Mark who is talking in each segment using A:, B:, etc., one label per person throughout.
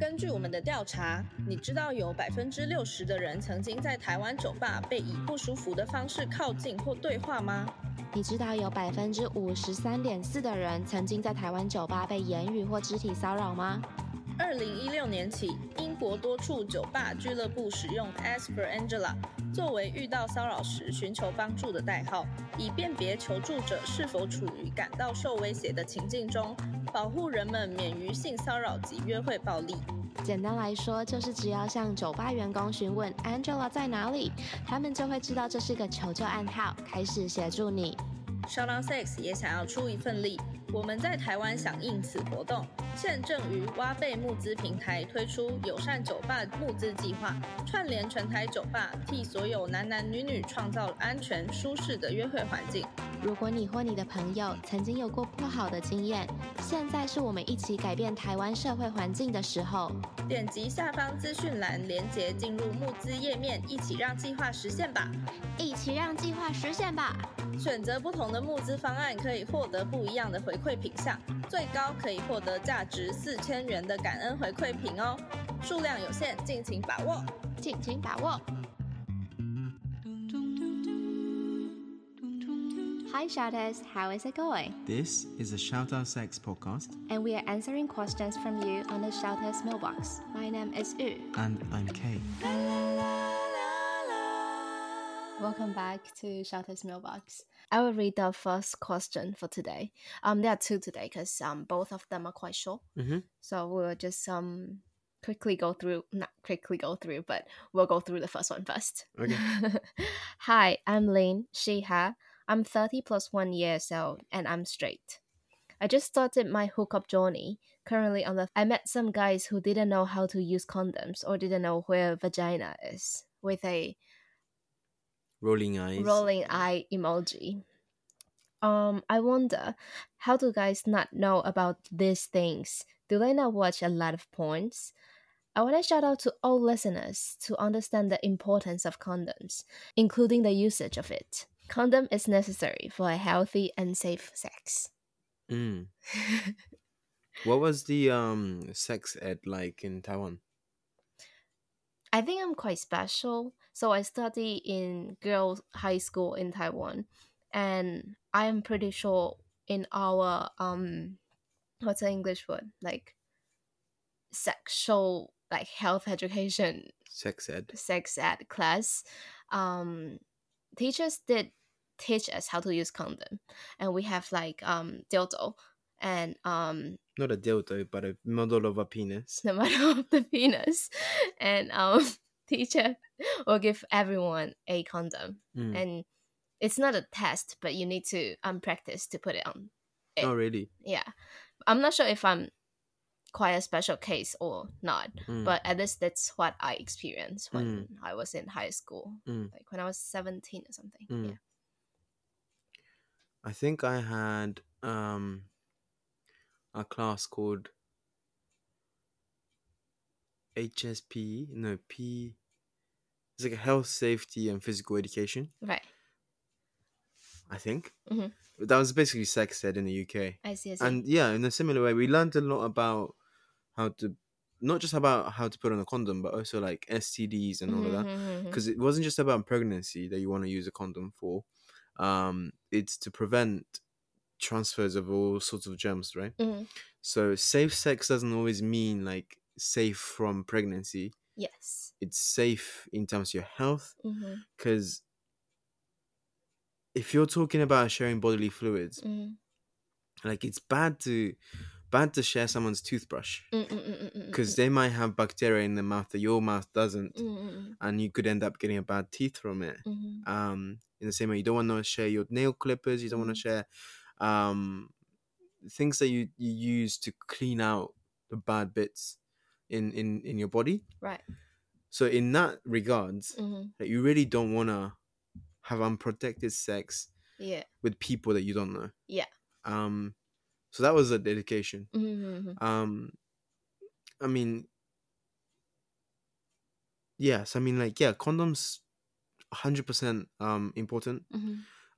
A: 根据我们的调查，你知道有百分之六十的人曾经在台湾酒吧被以不舒服的方式靠近或对话吗？
B: 你知道有百分之五十三点四的人曾经在台湾酒吧被言语或肢体骚扰吗？
A: 二零一六年起，英国多处酒吧俱乐部使用 Asper Angela 作为遇到骚扰时寻求帮助的代号，以辨别求助者是否处于感到受威胁的情境中，保护人们免于性骚扰及约会暴力。
B: 简单来说，就是只要向酒吧员工询问 Angela 在哪里，他们就会知道这是个求救暗号，开始协助你。
A: Shout Sex 也想要出一份力，我们在台湾响应此活动，现正于挖贝募资平台推出友善酒吧募资计划，串联全台酒吧，替所有男男女女创造安全舒适的约会环境。
B: 如果你或你的朋友曾经有过不好的经验，现在是我们一起改变台湾社会环境的时候。
A: 点击下方资讯栏连结进入募资页面，一起让计划实现吧！
B: 一起让计划实现吧！
A: 选择不同的募资方案，可以获得不一样的回馈品项，最高可以获得价值四千元的感恩回馈品哦，数量有限，敬请把握。
B: 尽情把握。Hi, shouters, how is it going?
C: This is a Shout Out Sex podcast,
B: And we are answering questions from you on the shouters mailbox. My name is Yu.
C: and I'm Kay.
B: Welcome back to shouters mailbox. I will read the first question for today. Um, there are two today because um both of them are quite short.
C: Mhm.
B: So we'll just um quickly go through, not quickly go through, but we'll go through the first one first.
C: Okay.
B: Hi, I'm Lin, she, her. I'm 30 plus one years old and I'm straight. I just started my hookup journey. Currently on the I met some guys who didn't know how to use condoms or didn't know where vagina is with a
C: Rolling eyes.
B: rolling eye emoji. Um, I wonder, how do guys not know about these things? Do they not watch a lot of porns? I want to shout out to all listeners to understand the importance of condoms, including the usage of it. Condom is necessary for a healthy and safe sex.
C: Mm. what was the um sex ed like in Taiwan?
B: I think I'm quite special. So I study in girls' high school in Taiwan, and I am pretty sure in our um, what's the English word like sexual like health education
C: Sex ed.
B: sex ed class, um, teachers did teach us how to use condom, and we have like um dildo and um
C: Not a dildo, but a model of a penis.
B: the matter of the penis, and um, teacher will give everyone a condom,
C: Mm.
B: and it's not a test, but you need to um practice to put it on.
C: Oh, really?
B: Yeah, I'm not sure if I'm quite a special case or not,
C: Mm.
B: but at least that's what I experienced when
C: Mm.
B: I was in high school,
C: Mm.
B: like when I was 17 or something.
C: Mm.
B: Yeah.
C: I think I had um a class called HSP. No, P. It's like health, safety, and physical education.
B: Right.
C: I think
B: Mhm.
C: that was basically sex ed in the UK.
B: I see. I see.
C: and yeah in a similar way we learned a lot about how to not just about how to put on a condom but also like stds and all of that
B: Mhm, mhm, mhm.
C: because it wasn't just about pregnancy that you want to use a condom for um it's to prevent transfers of all sorts of germs right
B: Mhm.
C: so safe sex doesn't always mean like safe from pregnancy
B: Yes.
C: it's safe in terms of your health
B: hmm
C: because if you're talking about sharing bodily fluids
B: hmm
C: like it's bad to bad to share someone's toothbrush
B: Mm,
C: because they might have bacteria in their mouth that your mouth doesn't
B: Mm,
A: Mm.
C: and you could end up getting a bad teeth from it
B: mm.
C: um in the same way you don't want to share your nail clippers you don't want
B: Mm.
C: to share um things that you, you use to clean out the bad bits in in in your body
B: Right.
C: so in that regards
B: hmm
C: like, you really don't want to have unprotected sex
B: Yeah.
C: with people that you don't know
B: Yeah.
C: um so that was a dedication
B: Mm-hmm.
C: um i mean yes i mean like yeah condoms 100% um important
B: Mm-hmm.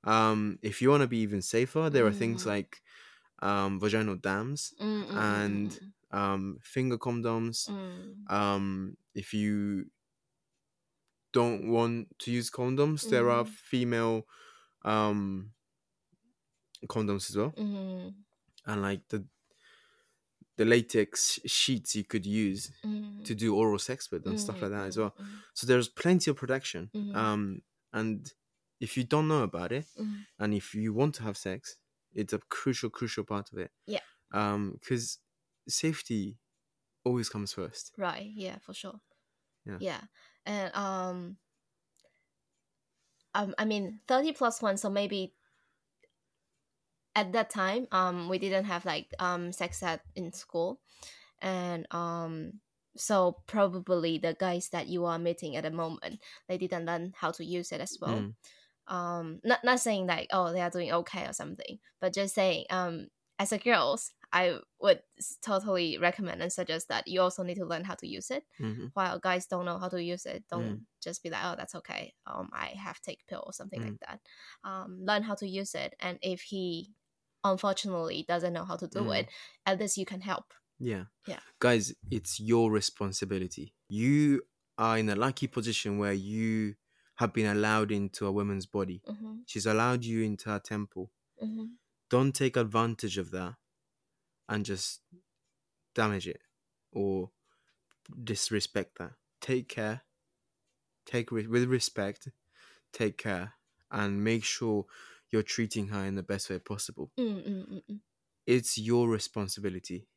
C: um if you want to be even safer there are things
B: Mm.
C: like um vaginal dams
B: Mm-mm-mm-mm-mm.
C: and um, finger condoms.
B: Mm,
C: Um, if you don't want to use condoms, there are
B: Mm-hmm.
C: female um, condoms as well,
B: mm,
C: and like the the latex sheets you could use
B: mm.
C: to do oral sex with and
A: Mm,
C: stuff like that as well. So there's plenty of protection.
A: Mhm.
C: Um, and if you don't know about it,
A: Mhm.
C: and if you want to have sex, it's a crucial, crucial part of it.
A: Yeah.
C: Um, because safety always comes first.
A: Right. Yeah, for sure.
C: Yeah.
A: And um, um, I mean, thirty plus one. So maybe at that time, um, we didn't have like um sex ed in school, and um, so probably the guys that you are meeting at the moment, they didn't learn how to use it as well.
C: Mm.
A: Um, not not saying like oh they are doing okay or something, but just saying um as a girls, I would s- totally recommend and suggest that you also need to learn how to use it.
C: Mhm.
A: While guys don't know how to use it, don't
C: Mm.
A: just be like, oh, that's okay. Um, I have take pill or something
C: Mm.
A: like that. Um, learn how to use it, and if he unfortunately doesn't know how to do
C: Mm.
A: it, at least you can help.
C: Yeah.
A: Yeah.
C: Guys, it's your responsibility. You are in a lucky position where you have been allowed into a woman's body.
A: Mm-hmm,
C: She's allowed you into her temple.
A: mm-hmm,
C: Don't take advantage of that and just damage it or disrespect that. Take care. Take re- with respect. Take care and make sure you're treating her in the best way possible.
A: mm-hmm,
C: It's your responsibility.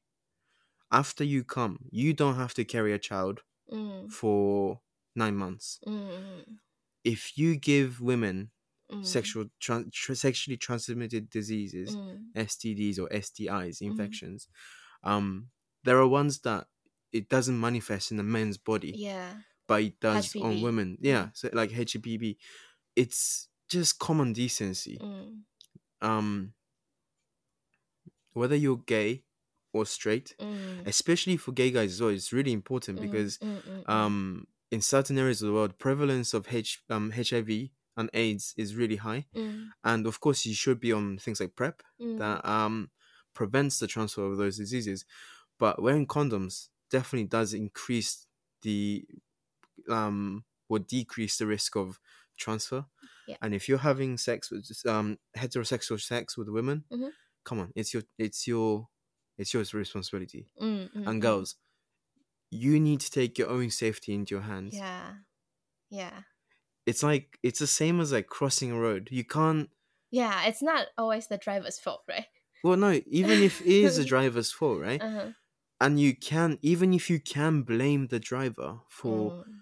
C: After you come, you don't have to carry a child
A: mm-hmm,
C: for nine months.
A: mm-hmm,
C: If you give women
A: Mm,
C: sexual tran tr- sexually transmitted diseases,
A: Mm-hmm,
C: STDs or STIs, infections, um, there are ones that it doesn't manifest in a man's body,
A: yeah.
C: but it does on
A: HPV.
C: women. Yeah, so like HPV, it's just common decency.
A: Mm,
C: Um, whether you're gay or straight,
A: mm,
C: especially for gay guys as well, it's really important
A: mm,
C: because
A: mm, mm, mm.
C: um, in certain areas of the world, prevalence of H- um, HIV and AIDS is really high,
A: Mm,
C: and of course, you should be on things like E PrEP
A: mm,
C: that um prevents the transfer of those diseases. But wearing condoms definitely does increase the um or decrease the risk of transfer.
A: Yeah.
C: And if you're having sex with just, um heterosexual sex with women,
A: Mhm.
C: come on, it's your it's your it's your responsibility.
A: mm, mm,
C: And
A: mm.
C: girls, you need to take your own safety into your hands.
A: Yeah. Yeah.
C: It's like it's the same as like crossing a road. You can't
A: Yeah, it's not always the driver's fault, right?
C: well no, even if it is the driver's fault, right?
A: Uh-huh.
C: and you can even if you can blame the driver for
A: Mm.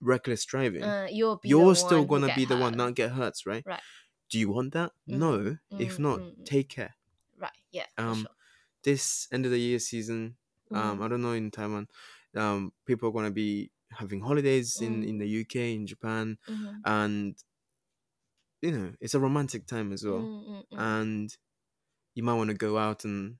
C: reckless driving
A: Uh, you'll be the
C: you're still
A: one who
C: gonna
A: get
C: be the one
A: hurt.
C: not get hurt right
A: Right.
C: do you want that
A: Mm,
C: no if
A: mm,
C: not
A: mm, mm.
C: take care
A: Right. Yeah.
C: um, this end of the year season
A: Mm-hmm.
C: um i don't know in taiwan um people are gonna be having holidays
A: Mm.
C: in in the uk in japan
A: mm-hmm.
C: and you know it's a romantic time as well
A: mm, mm,
C: and you might want to go out and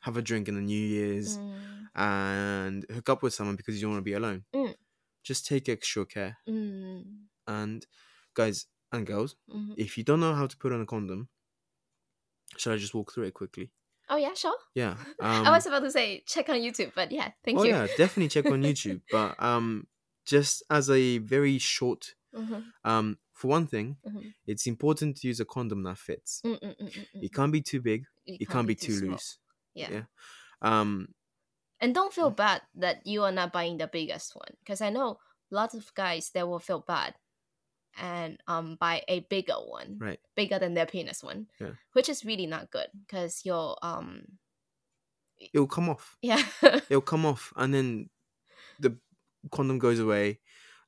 C: have a drink in the new year's
A: mm,
C: and hook up with someone because you don't want to be alone.
A: Mm.
C: Just take extra care.
A: mm,
C: And guys and girls,
A: mhm.
C: if you don't know how to put on a condom, should I just walk through it quickly?
A: Oh yeah, sure.
C: Yeah. um,
A: I was about to say check on YouTube, but yeah, Oh, thank
C: oh
A: you.
C: yeah, definitely check on YouTube. but um, just as a very short,
A: Mhm,
C: um, for one thing,
A: mhm.
C: it's important to use a condom that fits.
A: Mm, mm, mm, mm, mm.
C: It can't be too big.
A: You
C: It can't be too
A: small.
C: loose.
A: Yeah.
C: yeah. Um,
A: And don't
C: Mm.
A: feel bad that you are not buying the biggest one, because I know lots of guys they will feel bad and um buy a bigger one,
C: Right.
A: Bigger than their penis one,
C: Yeah.
A: which is really not good because you're um
C: it'll come off.
A: yeah
C: it'll come off and then the condom goes away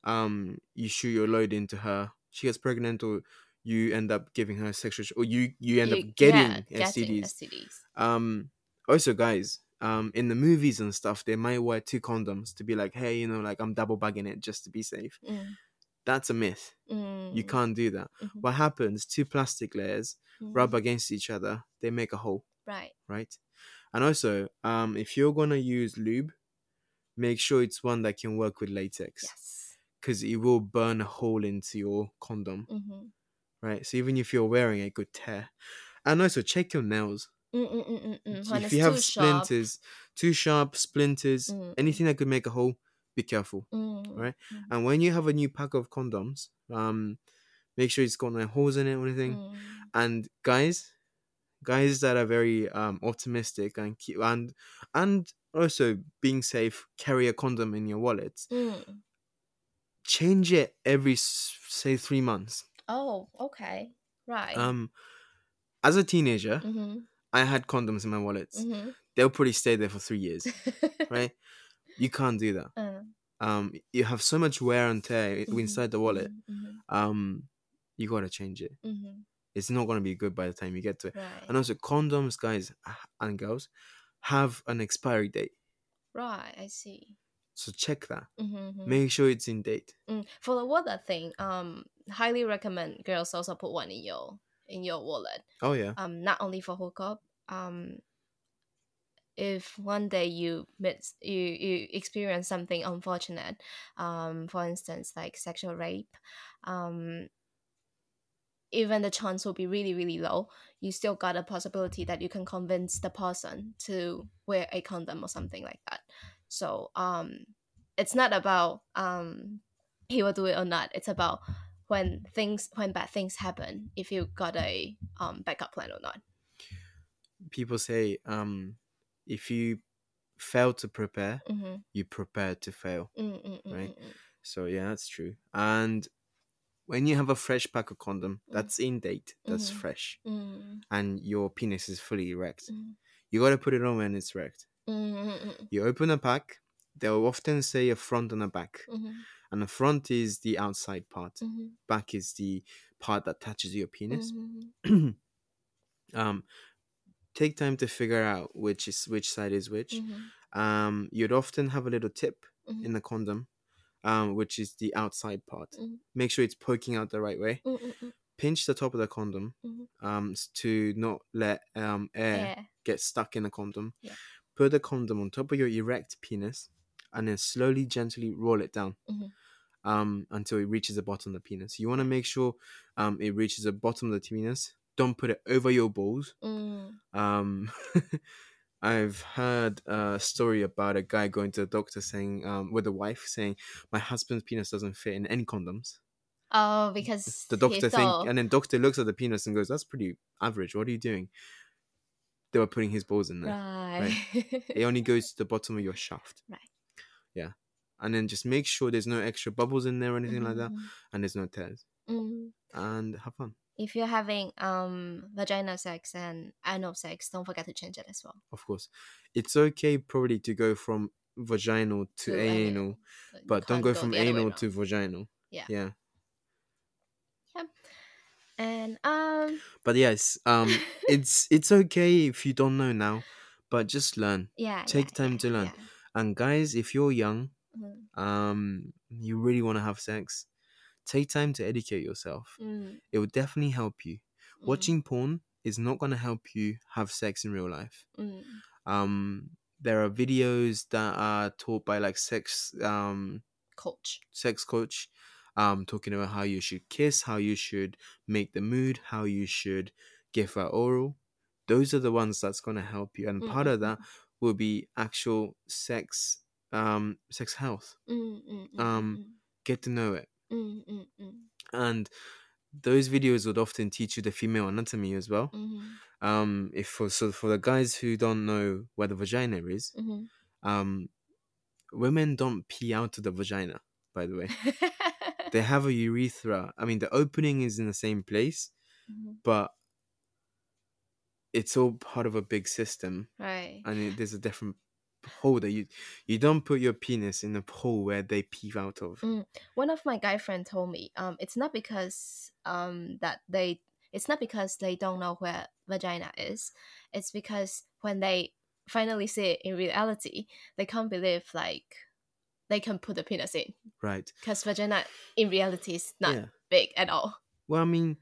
C: um you shoot your load into her she gets pregnant or you end up giving her sexual or you you end
A: you-
C: up getting
A: yeah,
C: stds
A: getting STDs.
C: um also guys um in the movies and stuff they might wear two condoms to be like hey you know like i'm double bagging it just to be safe
A: Mm,
C: that's a myth
A: mm,
C: you can't do that
A: mhm,
C: what happens two plastic layers
A: mm.
C: rub against each other they make a hole
A: Mm-hmm. Right.
C: right? And also, um, if you're gonna use lube, make sure it's one that can work with latex,
A: Yes.
C: because it will burn a hole into your condom,
A: Mm-hmm.
C: right? So even if you're wearing it, it could tear. And also, check your nails.
A: Mm, mm, mm, mm, mm. When
C: if
A: it's
C: you have
A: too sharp.
C: splinters, too sharp splinters,
A: Mm,
C: anything that could make a hole, be careful.
A: Mm,
C: right? And when you have a new pack of condoms, um, make sure it's got no holes in it or anything.
A: mm,
C: And guys, guys that are very um optimistic and keep and and also being safe, carry a condom in your wallet.
A: mm.
C: Change it every s- say three months.
A: Oh, okay. Right.
C: Um, as a teenager,
A: mm-hmm.
C: I had condoms in my wallets.
A: Mm-hmm.
C: They'll probably stay there for three years, right? You can't do that.
A: Uh,
C: Um, you have so much wear and tear i- inside the wallet.
A: Mm-hmm.
C: Um, you gotta change it.
A: Mm-hmm.
C: It's not gonna be good by the time you get to it.
A: Right.
C: And also, condoms, guys ah, and girls, have an expiry date,
A: right. I see.
C: so check that.
A: Mm-hmm.
C: Make sure it's in date.
A: Mm. For the wallet thing, um, highly recommend girls also put one in your in your wallet.
C: Oh yeah,
A: Um, not only for hookup. Um, if one day you miss you you experience something unfortunate, um, for instance like sexual rape, um, even the chance will be really really low. You still got a possibility that you can convince the person to wear a condom or something like that. So um, it's not about um he will do it or not. It's about when things when bad things happen, if you got a um backup plan or not.
C: people say um, if you fail to prepare,
A: Mm-hmm.
C: you prepare to fail.
A: Mm-mm-mm-mm.
C: Right. So yeah, that's true. And when you have a fresh pack of condom
A: Mm.
C: that's in date, that's
A: Mhm.
C: fresh,
A: Mm.
C: and your penis is fully erect,
A: Mm.
C: you gotta put it on when it's erect.
A: Mm-mm-mm.
C: You open a pack. They'll often say a front and a back,
A: Mhm.
C: and the front is the outside part.
A: Mhm.
C: Back is the part that touches your penis.
A: Mhm.
C: um, take time to figure out which is which side is which.
A: Mhm.
C: Um, you'd often have a little tip
A: Mhm.
C: in the condom, um, which is the outside part.
A: Mhm.
C: Make sure it's poking out the right way.
A: Mm-mm-mm.
C: Pinch the top of the condom
A: Mhm.
C: um, s- to not let um, air
A: Yeah.
C: get stuck in the condom.
A: Yeah.
C: Put the condom on top of your erect penis and then slowly, gently roll it down
A: Mhm.
C: um, until it reaches the bottom of the penis. You want to make sure um, it reaches the bottom of the penis. Don't put it over your balls.
A: Mm.
C: Um, I've heard a story about a guy going to the doctor saying, um, with a wife saying, my husband's penis doesn't fit in any condoms.
A: Oh, because
C: The
A: he
C: doctor
A: thought,
C: think, and then doctor looks at the penis and goes, that's pretty average. What are you doing? They were putting his balls in there.
A: right.
C: It only goes to the bottom of your shaft.
A: Right.
C: Yeah. And then just make sure there's no extra bubbles in there or anything like that,
A: Mhm.
C: and there's no tears.
A: Mm.
C: And have fun,
A: If you're having um vagina sex and anal sex, don't forget to change it as well.
C: of course. It's okay probably to go from vaginal to,
A: To
C: anal,
A: anal. you
C: but don't
A: can't
C: go from
A: the other way
C: anal
A: around.
C: to vaginal.
A: Yeah.
C: Yeah.
A: And um,
C: But yes, um, it's it's okay if you don't know now, but just learn.
A: yeah,
C: Take
A: yeah,
C: time
A: yeah,
C: to learn.
A: yeah.
C: And guys, if you're young,
A: Mm,
C: um, you really want to have sex, take time to educate yourself.
A: mm,
C: It will definitely help you.
A: mm,
C: Watching porn is not going to help you have sex in real life.
A: mm,
C: Um, there are videos that are taught by like sex um,
A: coach.
C: sex coach um talking about how you should kiss how you should make the mood how you should give out oral those are the ones that's going to help you and
A: Mm,
C: part
A: mm,
C: of that will be actual sex um sex health
A: Mm, mm, mm,
C: um, get to know it
A: mm, mm, mm, mm,
C: and those videos would often teach you the female anatomy as well
A: mm,
C: um if for so for the guys who don't know where the vagina is
A: mhm,
C: um women don't pee out of the vagina by the way
A: mhm.
C: they have a urethra. I mean, the opening is in the same place,
A: Mhm.
C: but it's all part of a big system,
A: right.
C: and it, there's a different hole that you you don't put your penis in the hole where they pee out of.
A: Mm. One of my guy friend told me, um, it's not because um that they it's not because they don't know where vagina is. It's because when they finally see it in reality, they can't believe like they can put the penis in
C: Right?
A: because vagina in reality is not
C: Yeah.
A: big at all,
C: Well, I mean,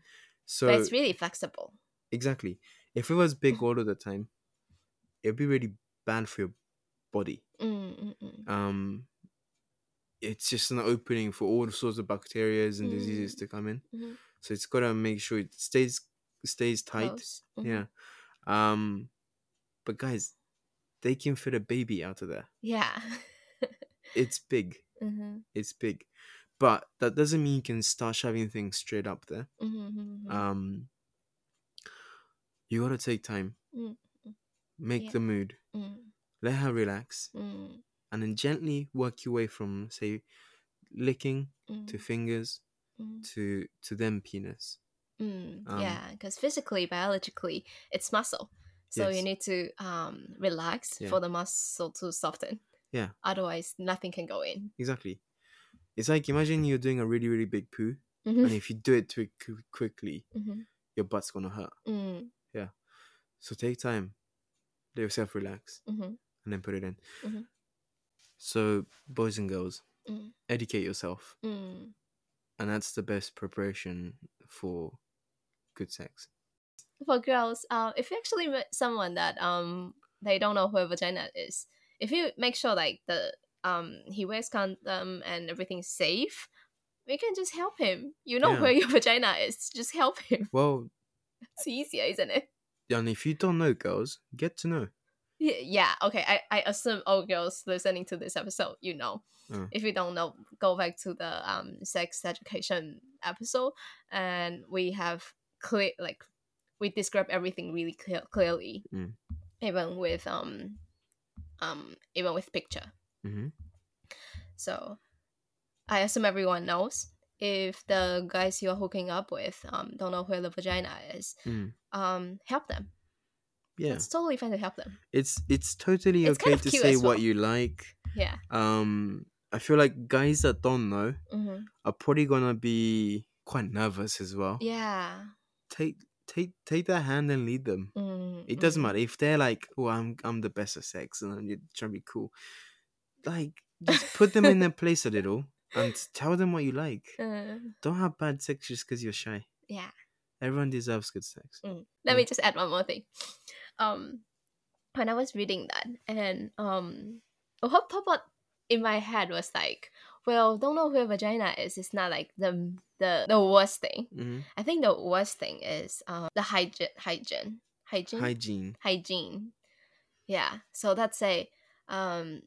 C: so
A: but it's really flexible.
C: exactly. If it was big all of the time, it'd be really bad for your body.
A: Mm, mm, mm.
C: Um, it's just an opening for all sorts of bacteria and diseases
A: Mm.
C: to come in.
A: Mhm.
C: So it's gotta make sure it stays stays tight.
A: Close. Mhm.
C: Yeah. Um, But guys, they can fit a baby out of there.
A: Yeah.
C: It's big.
A: mm-hmm.
C: It's big. But that doesn't mean you can start shoving things straight up there.
A: Mm-hmm.
C: Um you gotta take time.
A: Mm.
C: Make
A: Yeah.
C: the mood.
A: mm-hmm,
C: Let her relax. And then gently work your way from say licking
A: Mm.
C: to fingers to to then penis. um,
A: Mm, yeah, because physically, biologically, it's muscle. So you
C: Yes.
A: need to um, relax
C: Yeah.
A: for the muscle to soften.
C: Yeah.
A: Otherwise, nothing can go in.
C: Exactly. It's like imagine you're doing a really, really big poo
A: Mhm.
C: and if you do it too qu- quickly,
A: Mhm.
C: your butt's gonna hurt.
A: Mm,
C: So take time, let yourself relax,
A: mhm,
C: and then put it in.
A: Mhm.
C: So, boys and girls,
A: Mm.
C: educate yourself,
A: mm.
C: and that's the best preparation for good sex.
A: For girls, uh, if you actually met someone that um they don't know who a vagina is, if you make sure like the um he wears condom and everything's safe, we can just help him. You know
C: Yeah.
A: where your vagina is, just help him.
C: Well,
A: It's easier, isn't it?
C: and if you don't know, girls, get to know.
A: Y- Yeah, okay. I, I assume all girls listening to this episode, you know.
C: Mm.
A: If you don't know, go back to the um sex education episode, and we have clear like we describe everything really clear, clearly,
C: Mm.
A: even with um um even with picture.
C: hmm
A: So I assume everyone knows. If the guys you're hooking up with um don't know where the vagina is,
C: Mm.
A: um help them.
C: Yeah,
A: It's totally fine to help them.
C: it's it's totally
A: It's
C: okay
A: kind of
C: to
A: cute
C: say
A: as
C: what
A: well.
C: you like.
A: Yeah.
C: Um, I feel like guys that don't know
A: hmm
C: are probably gonna be quite nervous as well.
A: Yeah.
C: Take take take their hand and lead them.
A: Mm,
C: It doesn't
A: mm.
C: matter if they're like, "Oh, I'm I'm the best at sex," and I'm trying to be cool. Like, just put them in their place a little and tell them what you like.
A: Uh,
C: Don't have bad sex just because you're shy.
A: yeah.
C: Everyone deserves good sex.
A: Let
C: Mm.
A: me just add one more thing. Um, when I was reading that, and um, what popped up in my head was like, well, don't know where vagina is. It's not like the the the worst thing.
C: hmm
A: I think the worst thing is um the hygiene hygiene hygiene
C: Hygiene.
A: hygiene. Yeah. So that's a um,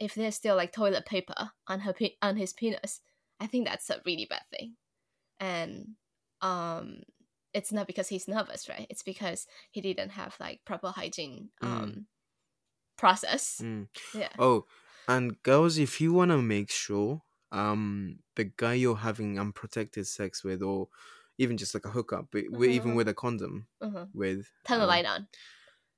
A: if there's still like toilet paper on her pe- on his penis, I think that's a really bad thing. And um, it's not because he's nervous, right? It's because he didn't have like proper hygiene
C: Mm.
A: um process.
C: Mm.
A: Yeah.
C: Oh, and girls, if you want to make sure um the guy you're having unprotected sex with, or even just like a hookup, but we- even
A: Uh-huh.
C: with a condom
A: Uh-huh.
C: with,
A: Turn the
C: um,
A: light on.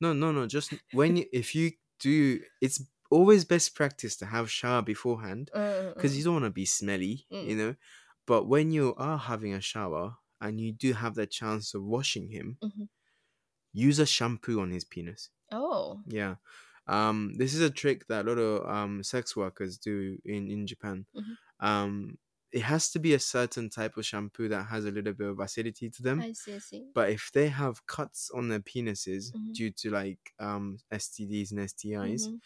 C: No, no, no. Just when you, if you do, it's always best practice to have shower beforehand
A: Uh,
C: because you don't want to be smelly,
A: Mm.
C: you know. But when you are having a shower and you do have the chance of washing him,
A: Mhm.
C: use a shampoo on his penis.
A: Oh.
C: Yeah. Um, this is a trick that a lot of um, sex workers do in, in Japan.
A: Mhm.
C: Um, it has to be a certain type of shampoo that has a little bit of acidity to them
A: I see. I see.
C: but if they have cuts on their penises
A: Mhm.
C: due to like um STDs and STIs,
A: Mhm.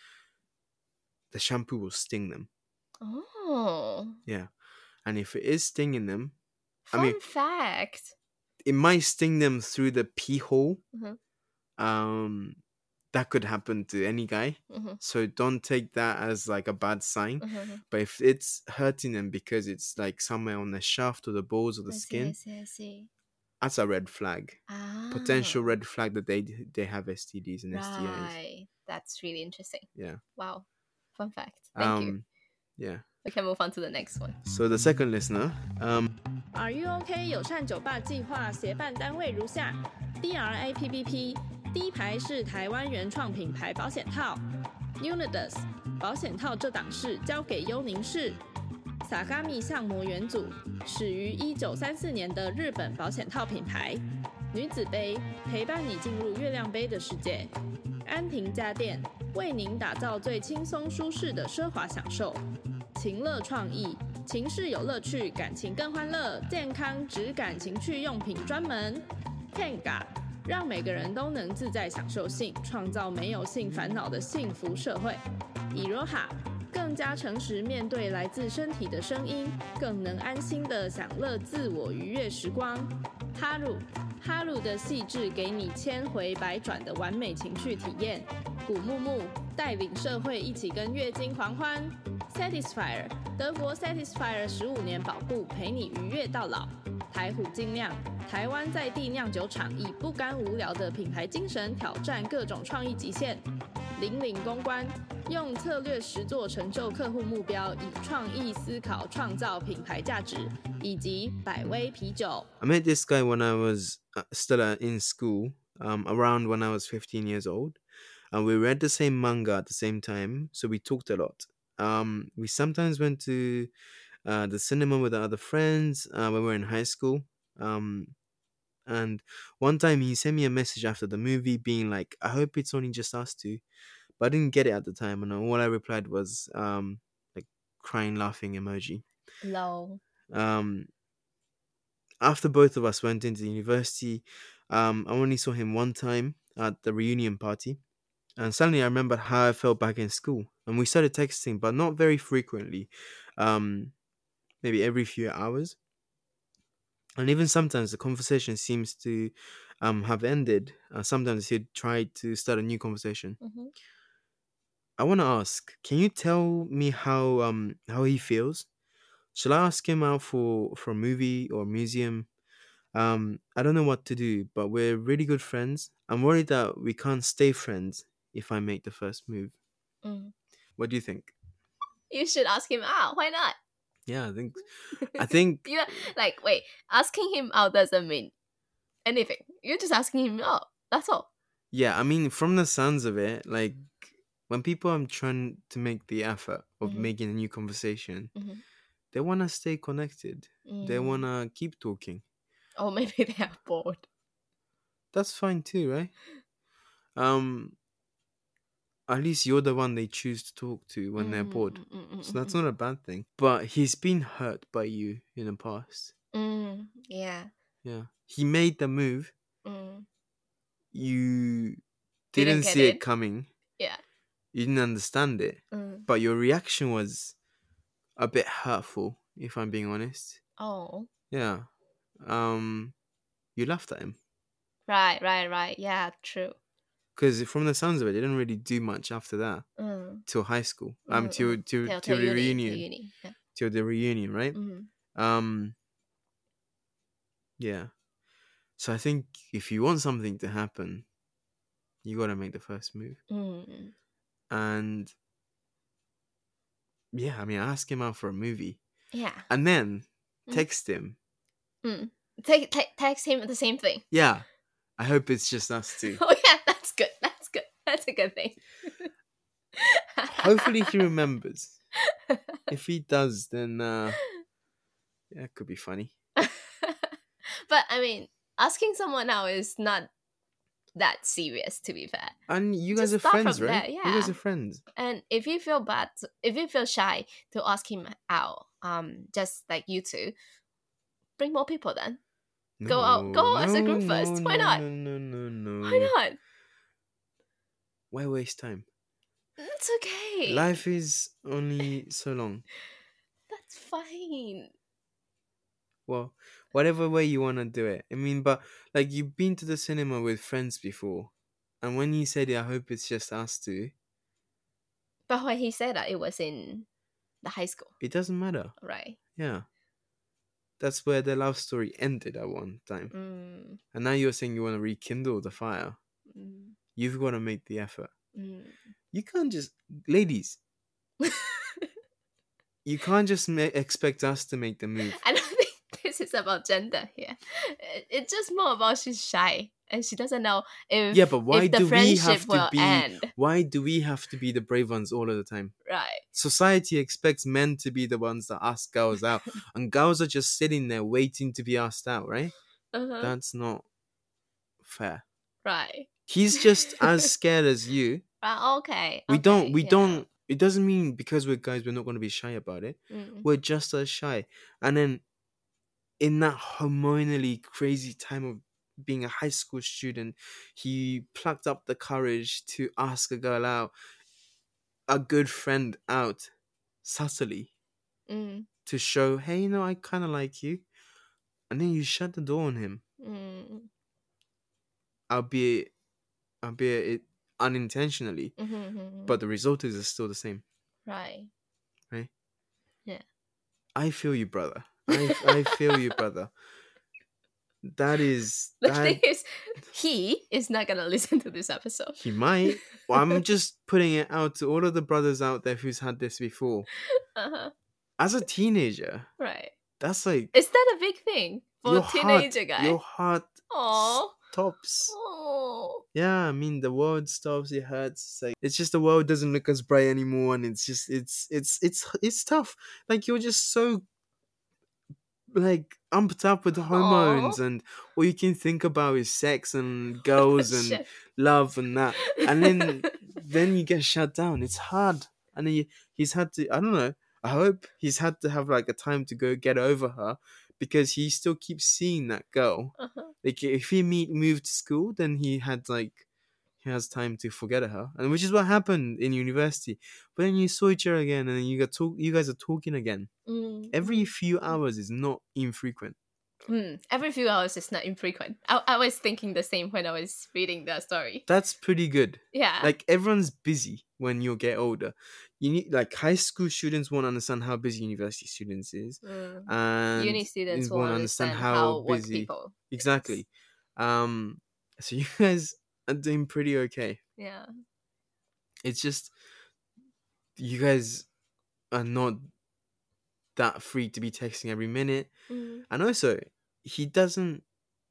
C: the shampoo will sting them.
A: Oh.
C: And if it is stinging them, I
A: Fun
C: mean-
A: fact.
C: it might sting them through the pee hole.
A: Mhm.
C: Um, that could happen to any guy.
A: Mhm.
C: So don't take that as like a bad sign.
A: Mhm.
C: But if it's hurting them because it's like somewhere on the shaft or the balls or the
A: I see. I
C: skin,
A: see. I see.
C: that's a red flag.
A: Ah.
C: Potential red flag that they they have STDs and STIs.
A: Right. That's really interesting.
C: E Yeah. Um,
A: Wow. Fun fact. Thank you. Mm-hmm.
C: Yeah.
A: We can move on to the next one.
C: So the second listener, um,
B: Are You OK 友善酒吧计划协办单位如下：DRAPPP，第一排是台湾原创品牌保险套；Unidas，保险套这档事交给幽宁氏。萨嘎米项目元祖，始于一九三四年的日本保险套品牌。女子杯陪伴你进入月亮杯的世界。安平家电为您打造最轻松舒适的奢华享受。情乐创意，情事有乐趣，感情更欢乐，健康质感情趣用品专门。Tenga，让每个人都能自在享受性，创造没有性烦恼的幸福社会。Iroha，更加诚实面对来自身体的声音，更能安心的享乐自我愉悦时光。哈鲁，哈鲁的细致给你千回百转的完美情趣体验。古木木带领社会一起跟月经狂欢。Satisfier，德国 Satisfier 十五年保护，陪你愉悦到老。台虎精酿，台湾在地酿酒厂以不甘无聊的品牌精神挑战各种创意极限。引领公关，用策略实做成就客户目标，以创意思考创造品牌价值，以及百威啤酒。
C: I met this guy when I was uh, still uh, in school, um, around when I was 15 years old. And we read the same manga at the same time, so we talked a lot. Um, we sometimes went to uh, the cinema with our other friends uh, when we were in high school. Um, and one time he sent me a message after the movie being like, I hope it's only just us two. But I didn't get it at the time. And all I replied was um, like crying, laughing emoji.
A: Low.
C: Um, after both of us went into university, um, I only saw him one time at the reunion party. And suddenly I remembered how I felt back in school. And we started texting, but not very frequently, um, maybe every few hours and even sometimes the conversation seems to um, have ended. Uh, sometimes he'd try to start a new conversation.
A: Mm-hmm.
C: I want to ask, can you tell me how um, how he feels? Shall I ask him out for for a movie or museum? Um, I don't know what to do, but we're really good friends. I'm worried that we can't stay friends if I make the first move.
A: Mm.
C: What do you think?
A: You should ask him out. Why not?
C: Yeah, I think I think
A: you like wait asking him out doesn't mean anything you're just asking him out that's all
C: yeah i mean from the sounds of it like
A: Mm.
C: when people are trying to make the effort of
A: Mhm.
C: making a new conversation
A: Mhm.
C: they want to stay connected they
A: Mm.
C: want to keep talking
A: or maybe they are bored
C: that's fine too right um at least you're the one they choose to talk to when they're bored
A: Mm, mm, mm,
C: so that's
A: mm,
C: not a bad thing but he's been hurt by you in the past
A: mm, yeah
C: yeah he made the move
A: mm.
C: you
A: Didn't
C: didn't,
A: get
C: see
A: it.
C: it coming
A: Yeah.
C: you didn't understand it
A: Mm.
C: but your reaction was a bit hurtful if i'm being honest
A: oh
C: yeah um you laughed at him
A: right right right yeah true
C: because from the sounds of it they didn't really do much after that
A: mm.
C: till high school um
A: Mm,
C: till till,
A: Tell- tell
C: till the
A: uni, tell
C: reunion
A: uni. Yeah.
C: till the reunion right
A: Mm.
C: um yeah so i think if you want something to happen you got to make the first move
A: Mm.
C: and yeah i mean ask him out for a movie
A: yeah
C: and then
A: Mm.
C: text him
A: take, take text him the same thing
C: yeah i hope it's just us two
A: oh yeah that's good that's good that's a good thing
C: Hopefully he remembers. if he does, then uh, yeah, it could be funny.
A: but I mean, asking someone out is not that serious, to be fair.
C: And you guys
A: Just
C: are
A: start
C: friends,
A: from
C: right?
A: there,
C: You guys
A: yeah.
C: are friends.
A: And if you feel bad, if you feel shy to ask him out, um, just like you two, bring more people then. Go out- go out as a group first. Why not?
C: No, no, no, no.
A: Why not?
C: Why waste time?
A: That's okay.
C: Life is only so long.
A: That's fine.
C: Well, whatever way you want to do it. I mean, but like you've been to the cinema with friends before, and when you said, "I hope it's just us two,"
A: But when he said that, it was in the high school,
C: it doesn't matter.
A: right?
C: Yeah, that's where the love story ended at one time.
A: Mm,
C: And now you're saying you want to rekindle the fire.
A: mm,
C: You've got to make the effort.
A: mm.
C: You can't just, ladies, you can't just ma- expect us to make the move.
A: I don't think this is about gender here. It- It's just more about she's shy and she doesn't know if
C: Yeah, but why
A: if the
C: do we
A: friendship
C: have to
A: will
C: be?
A: end,
C: Why do we have to be the brave ones all of the time?
A: right?
C: Society expects men to be the ones that ask girls out, and girls are just sitting there waiting to be asked out, right?
A: Uh-huh.
C: That's not fair.
A: right.
C: He's just as scared as you.
A: Right. Okay.
C: We don't.
A: okay,
C: We
A: yeah.
C: don't. It doesn't mean because we're guys we're not going to be shy about it.
A: Mm.
C: we're just as shy. And then in that hormonally crazy time of being a high school student, he plucked up the courage to ask a girl out, a good friend out, subtly
A: Mm.
C: to show, hey, you know, I kind of like you. And then you shut the door on him.
A: Mm.
C: albeit albeit it unintentionally,
A: Mhm, mhm, mhm.
C: but the result is still the same.
A: mm. right.
C: I feel you, brother. I, I feel you, brother. That is
A: The
C: that
A: thing is, he is not gonna listen to this episode.
C: he might. Well, I'm just putting it out to all of the brothers out there who's had this before.
A: Uh-huh.
C: As a teenager,
A: Right.
C: that's like
A: Is that a big thing for
C: Your
A: a
C: heart-
A: teenager guy?
C: your heart
A: Aw.
C: stops.
A: Oh.
C: Yeah, I mean the world stops. It hurts. It's like it's just the world doesn't look as bright anymore, and it's just it's it's it's it's tough. Like you're just so like umped up with hormones, and all you can think about is sex and girls and
A: Shit.
C: love and that. And then then you get shut down. It's hard, and he he's had to. I don't know. I hope he's had to have like a time to go get over her, because he still keeps seeing that girl.
A: Uh-huh.
C: Like if he meet moved to school, then he had like he has time to forget her, and which is what happened in university. But then you saw each other again, and then you got talk. You guys are talking again
A: Mm,
C: every few hours. Is not infrequent.
A: mm. every few hours is not infrequent. I, I was thinking the same when I was reading that story.
C: That's pretty good.
A: Yeah.
C: Like everyone's busy when you get older. You need like high school students won't understand how busy university students is,
A: Mm.
C: and
A: uni students
C: you
A: will
C: won't
A: understand, how,
C: understand how
A: work
C: busy-
A: people.
C: exactly. Um, so you guys are doing pretty okay.
A: Yeah.
C: it's just you guys are not that free to be texting every minute
A: Mm.
C: and also he doesn't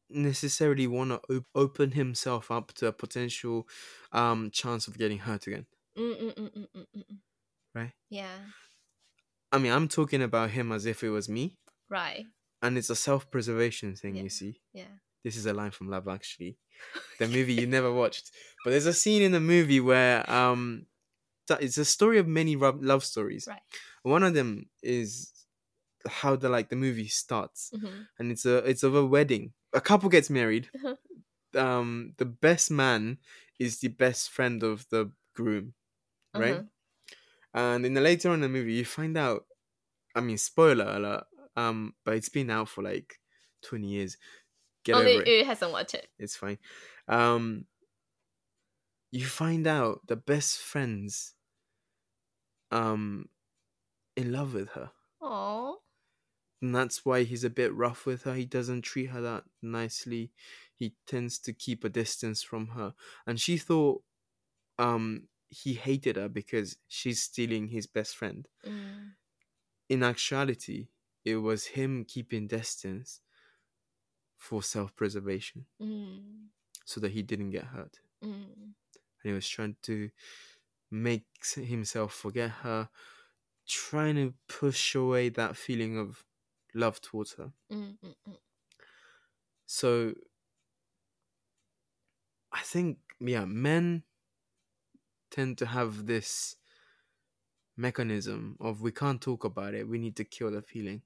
C: necessarily want to op- open himself up to a potential um chance of getting hurt again
A: Mm, mm, mm, mm, mm, mm, mm.
C: Right.
A: Yeah.
C: i mean i'm talking about him as if it was me
A: Right.
C: and it's a self-preservation thing
A: Yeah.
C: you see
A: Yeah.
C: this is a line from love actually the movie you never watched but there's a scene in the movie where um th- it's a story of many ro- love stories
A: Right.
C: one of them is how the like the movie starts
A: Mhm.
C: and it's a it's of a wedding a couple gets married
A: Uh-huh.
C: um the best man is the best friend of the groom right
A: Uh-huh.
C: and in the later on in the movie you find out i mean spoiler alert um but it's been out for like 20 years get
A: Only
C: over Oh, it
A: you hasn't watched it.
C: it's fine. Um, you find out the best friends, um, in love with her,
A: Oh.
C: and that's why he's a bit rough with her. He doesn't treat her that nicely. He tends to keep a distance from her, and she thought, um, he hated her because she's stealing his best friend.
A: Mm.
C: In actuality, it was him keeping distance for self-preservation,
A: Mm.
C: so that he didn't get hurt.
A: Mm.
C: and he was trying to make s- himself forget her, trying to push away that feeling of love towards her.
A: Mm. Mm. Mm.
C: So I think, yeah, men tend to have this mechanism of we can't talk about it, we need to kill the feeling.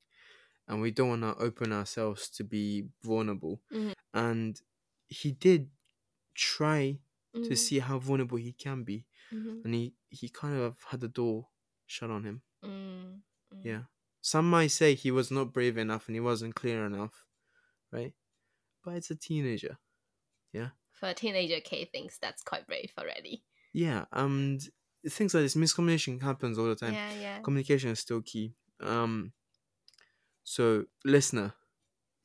C: And we don't want to open ourselves to be vulnerable.
A: Mhm.
C: And he did try to
A: Mm.
C: see how vulnerable he can be.
A: Mhm.
C: and he he kind of had the door shut on him.
A: Mm. Mm.
C: Yeah. Some might say he was not brave enough and he wasn't clear enough, right? But it's a teenager.
A: For a teenager, K thinks that's quite brave already.
C: Yeah, and things like this miscommunication happens all the time.
A: Yeah, yeah.
C: Communication is still key. Um so listener,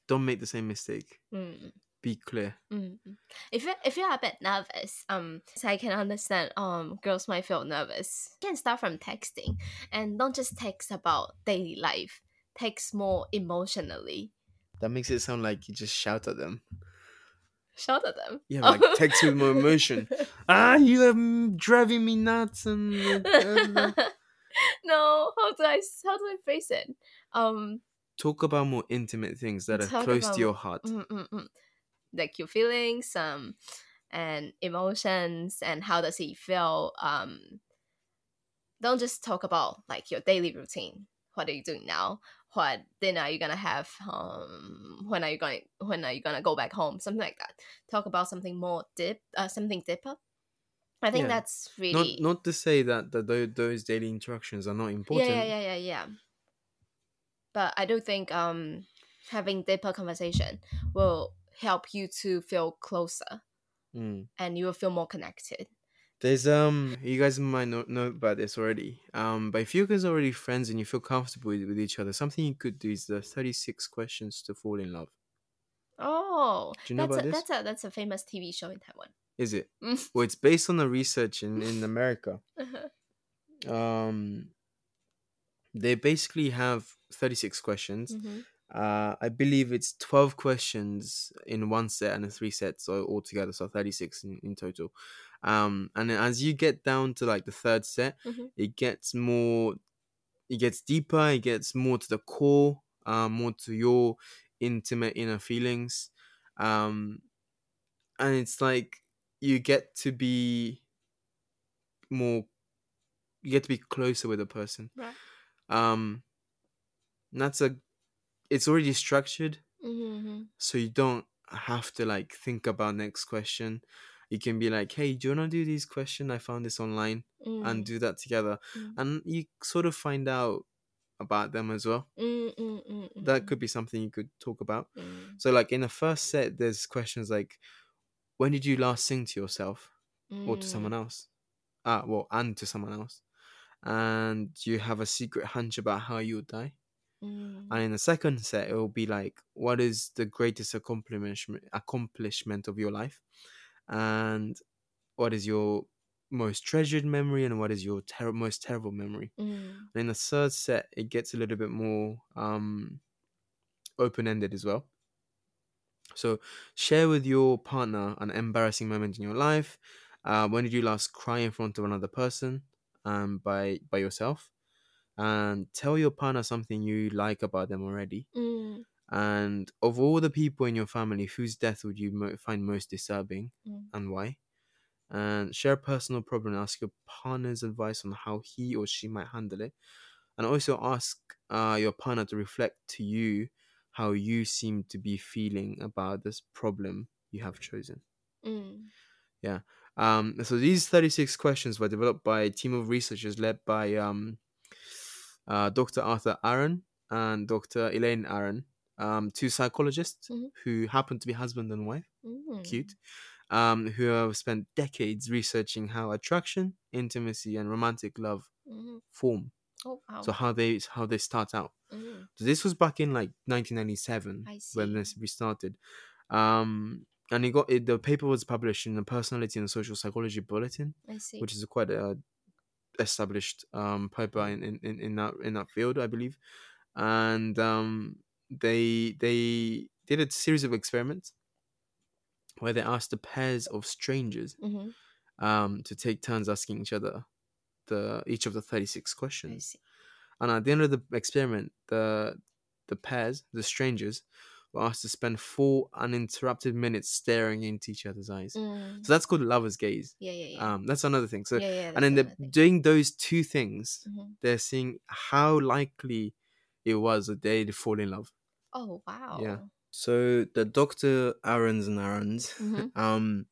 C: don't make the same mistake.
A: Mm.
C: Be clear.
A: Mm. mm. If you if you're a bit nervous, um, so I can understand. Um, girls might feel nervous. You can start from texting, and don't just text about daily life. Text more emotionally.
C: That makes it sound like you just shout at them.
A: Shout at them.
C: Yeah, like text with more emotion. Ah, you are driving me nuts and uh,
A: no, how do I how do I phrase it? Um,
C: talk about more intimate things that are
A: Talk
C: close
A: about-
C: to your heart.
A: mm, mm, mm. like your feelings, um, and emotions, and how does he feel? Um, don't just talk about like your daily routine. What are you doing now? What dinner are you gonna have? Um, when are you going? When are you gonna go back home? Something like that. Talk about something more deep, uh, something deeper. I think
C: Yeah.
A: that's really
C: Not not to say that, that tho- those daily interactions are not important.
A: Yeah, yeah, yeah, yeah, yeah. But I do think um having deeper conversation will help you to feel closer
C: Mm.
A: and you will feel more connected.
C: There's um, you guys might not know about this already. Um, but if you guys are already friends and you feel comfortable with, with each other, something you could do is the 36 questions to fall in love.
A: Oh,
C: Do you know
A: that's
C: about
A: a,
C: this?
A: that's a that's a famous TV show in Taiwan.
C: Is it?
A: Mm.
C: Well, it's based on the research in in America.
A: Uh-huh.
C: Um, they basically have 36 questions.
A: Mhm.
C: Uh, I believe it's 12 questions in one set and three sets, so altogether, so 36 in, in total. Um, and then as you get down to like the third set,
A: Mhm.
C: it gets more, it gets deeper, it gets more to the core, uh, more to your intimate inner feelings. Um, and it's like you get to be more, you get to be closer with a person.
A: Right.
C: Um, and that's a it's already structured
A: Mhm, mhm.
C: so you don't have to like think about next question you can be like hey do you want to do this question i found this online
A: Mm,
C: and do that together
A: Mm.
C: and you sort of find out about them as well
A: mm, mm, mm, mm,
C: that
A: mm,
C: could be something you could talk about
A: mm,
C: so like in the first set there's questions like when did you last sing to yourself or to someone
A: mm.
C: else ah well and to someone else and do you have a secret hunch about how you'll die
A: Mm.
C: and in the second set, it will be like, what is the greatest accomplishment accomplishment of your life, and what is your most treasured memory, and what is your ter- most terrible memory.
A: Mm.
C: And in the third set, it gets a little bit more um, open ended as well. So share with your partner an embarrassing moment in your life. Uh, when did you last cry in front of another person um, by by yourself? And tell your partner something you like about them already.
A: Mm.
C: And of all the people in your family, whose death would you mo- find most disturbing
A: Mm.
C: and why? And share a personal problem and ask your partner's advice on how he or she might handle it. And also ask uh, your partner to reflect to you how you seem to be feeling about this problem you have chosen.
A: Mm.
C: Um, so these 36 questions were developed by a team of researchers led by um, uh, Dr. Arthur Aaron and Dr. Elaine Aaron, um, two psychologists
A: Mhm.
C: who happen to be husband and wife,
A: Mm.
C: cute, um, who have spent decades researching how attraction, intimacy, and romantic love
A: Mm.
C: form.
A: Oh wow.
C: So how they how they start out.
A: Mm.
C: So this was back in like 1997
A: I
C: when
A: see.
C: this restarted. Um, and it got it, the paper was published in the Personality and Social Psychology Bulletin,
A: I see.
C: which is quite a established um, paper in, in, in, in that in that field, I believe. And um, they they did a series of experiments where they asked the pairs of strangers
A: Mhm.
C: um, to take turns asking each other the each of the thirty six
A: I
C: questions.
A: see.
C: And at the end of the experiment, the the pairs, the strangers, were asked to spend four uninterrupted minutes staring into each other's eyes.
A: Mm.
C: So that's called lover's gaze.
A: Yeah, yeah, yeah.
C: Um, that's another thing. So
A: yeah, yeah.
C: and then
A: that's another
C: they're
A: thing.
C: doing those two things.
A: Mhm.
C: They're seeing how likely it was that they'd fall in love.
A: Oh wow.
C: So the doctor Aaron's and Aaron's,
A: Mhm.
C: um,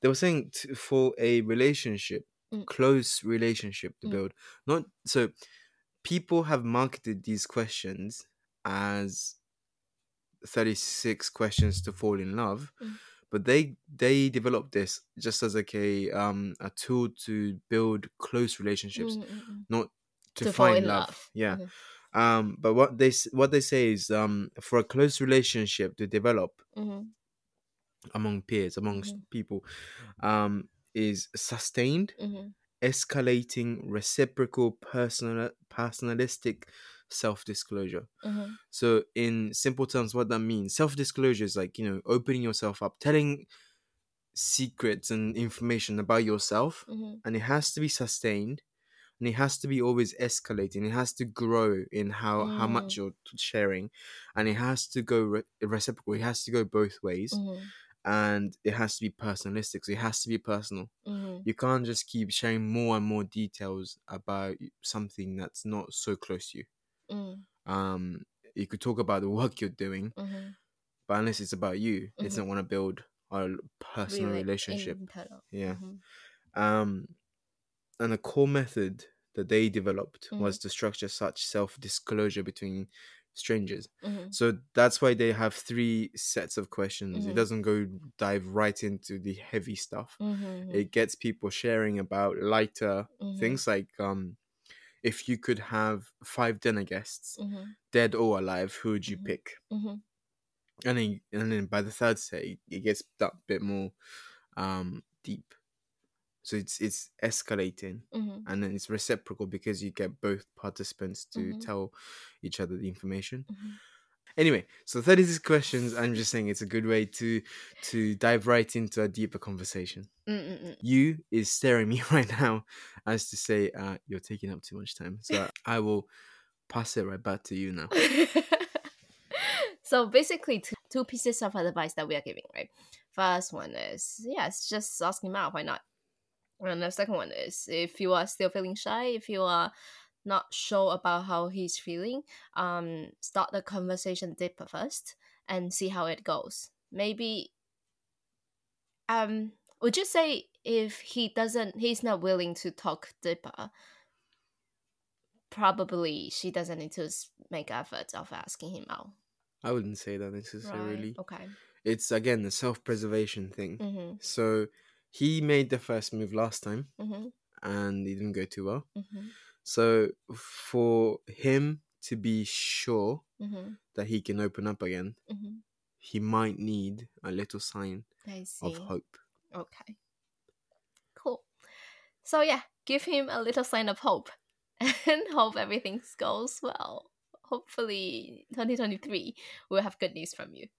C: they were saying t- for a relationship,
A: Mm.
C: close relationship to
A: Mm.
C: build. Not so people have marketed these questions as 36 questions to fall in love
A: Mm.
C: but they they developed this just as like a um a tool to build close relationships
A: Mm, mm, mm.
C: not to,
A: To fall
C: find
A: in
C: love.
A: love.
C: yeah
A: Mhm.
C: um but what they s- what they say is um for a close relationship to develop
A: Mhm.
C: among peers amongst
A: Mhm.
C: people um is sustained
A: Mhm.
C: escalating reciprocal personal personalistic self-disclosure
A: Mhm.
C: so, in simple terms, what that means, self disclosure is like, you know, opening yourself up, telling secrets and information about yourself.
A: Mhm.
C: And it has to be sustained and it has to be always escalating. It has to grow in how, how much
A: Mm.
C: you're t- sharing. And it has to go re- reciprocal. It has to go both ways.
A: Mhm.
C: And it has to be personalistic. So, it has to be personal.
A: Mhm.
C: You can't just keep sharing more and more details about something that's not so close to you.
A: Mm.
C: Um, you could talk about the work you're doing,
A: Mhm.
C: but unless it's about you, it's
A: Mhm.
C: not want to build a l- personal
A: Relate
C: relationship.
A: internal.
C: Yeah.
A: Mhm.
C: Um, and the core method that they developed
A: Mhm.
C: was to structure such self disclosure between strangers.
A: hmm
C: So that's why they have three sets of questions.
A: Mhm.
C: It doesn't go dive right into the heavy stuff.
A: mm-hmm,
C: It gets people sharing about lighter things like um if you could have five dinner guests,
A: hmm
C: dead or alive, who would you
A: Mhm.
C: pick?
A: hmm
C: And then and then by the third set it- it gets that bit more um deep. So it's it's escalating
A: hmm
C: and then it's reciprocal because you get both participants to
A: Mhm.
C: tell each other the information.
A: Mhm.
C: Anyway, so 36 questions. I'm just saying it's a good way to to dive right into a deeper conversation.
B: Mm,
A: Mm-mm-mm.
C: You is staring me right now as to say uh, you're taking up too much time. So I will pass it right back to you now.
A: so basically two, two pieces of advice that we are giving right first one is yes just ask him out why not and the second one is if you are still feeling shy if you are not sure about how he's feeling um start the conversation deeper first and see how it goes maybe um would you say if he doesn't he's not willing to talk deeper probably she doesn't need to s- make effort of asking him out
C: I wouldn't say that necessarily.
A: Okay.
C: It's again the self preservation thing.
A: Mhm.
C: So he made the first move last time
A: Mhm.
C: and it didn't go too well.
A: Mhm.
C: So for him to be sure
A: Mhm.
C: that he can open up again,
A: Mhm.
C: he might need a little sign
A: I see.
C: of hope.
A: Okay. Cool. So yeah, give him a little sign of hope, and hope everything goes well. Hopefully, 2023 will have good news from you.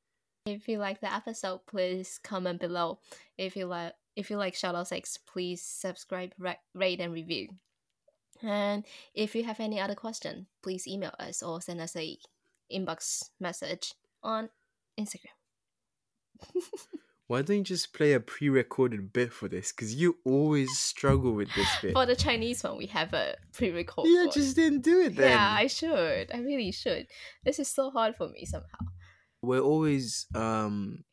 A: If you like the episode, please comment below. If you like, if you like Shadow Six, please subscribe, ra- rate, and review. And if you have any other question, please email us or send us a inbox message on Instagram.
C: Why don't you just play a pre recorded bit for this? Because you always struggle with this bit.
A: For the Chinese one, we have a pre-record.
C: yeah,
A: one.
C: just didn't do it then.
A: yeah, I should. I really should. This is so hard for me somehow.
C: We're always, um,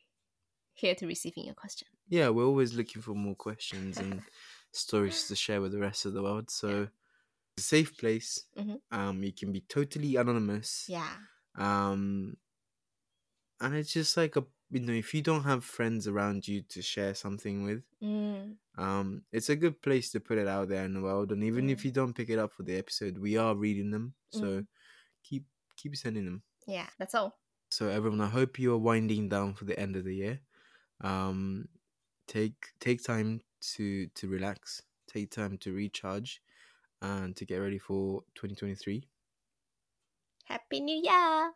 A: Here to receiving your question.
C: yeah, we're always looking for more questions and stories to share with the rest of the world. So, it's a safe place.
A: Mhm.
C: Um, you can be totally anonymous.
A: Yeah.
C: um and it's just like a you know if you don't have friends around you to share something with
A: Mm,
C: um it's a good place to put it out there in the world and even if
A: Mm.
C: you don't pick it up for the episode we are reading them so
A: Mm.
C: keep keep sending them
A: yeah. That's all.
C: so everyone i hope you are winding down for the end of the year um take take time to to relax take time to recharge and to get ready for 2023
A: Happy New Year.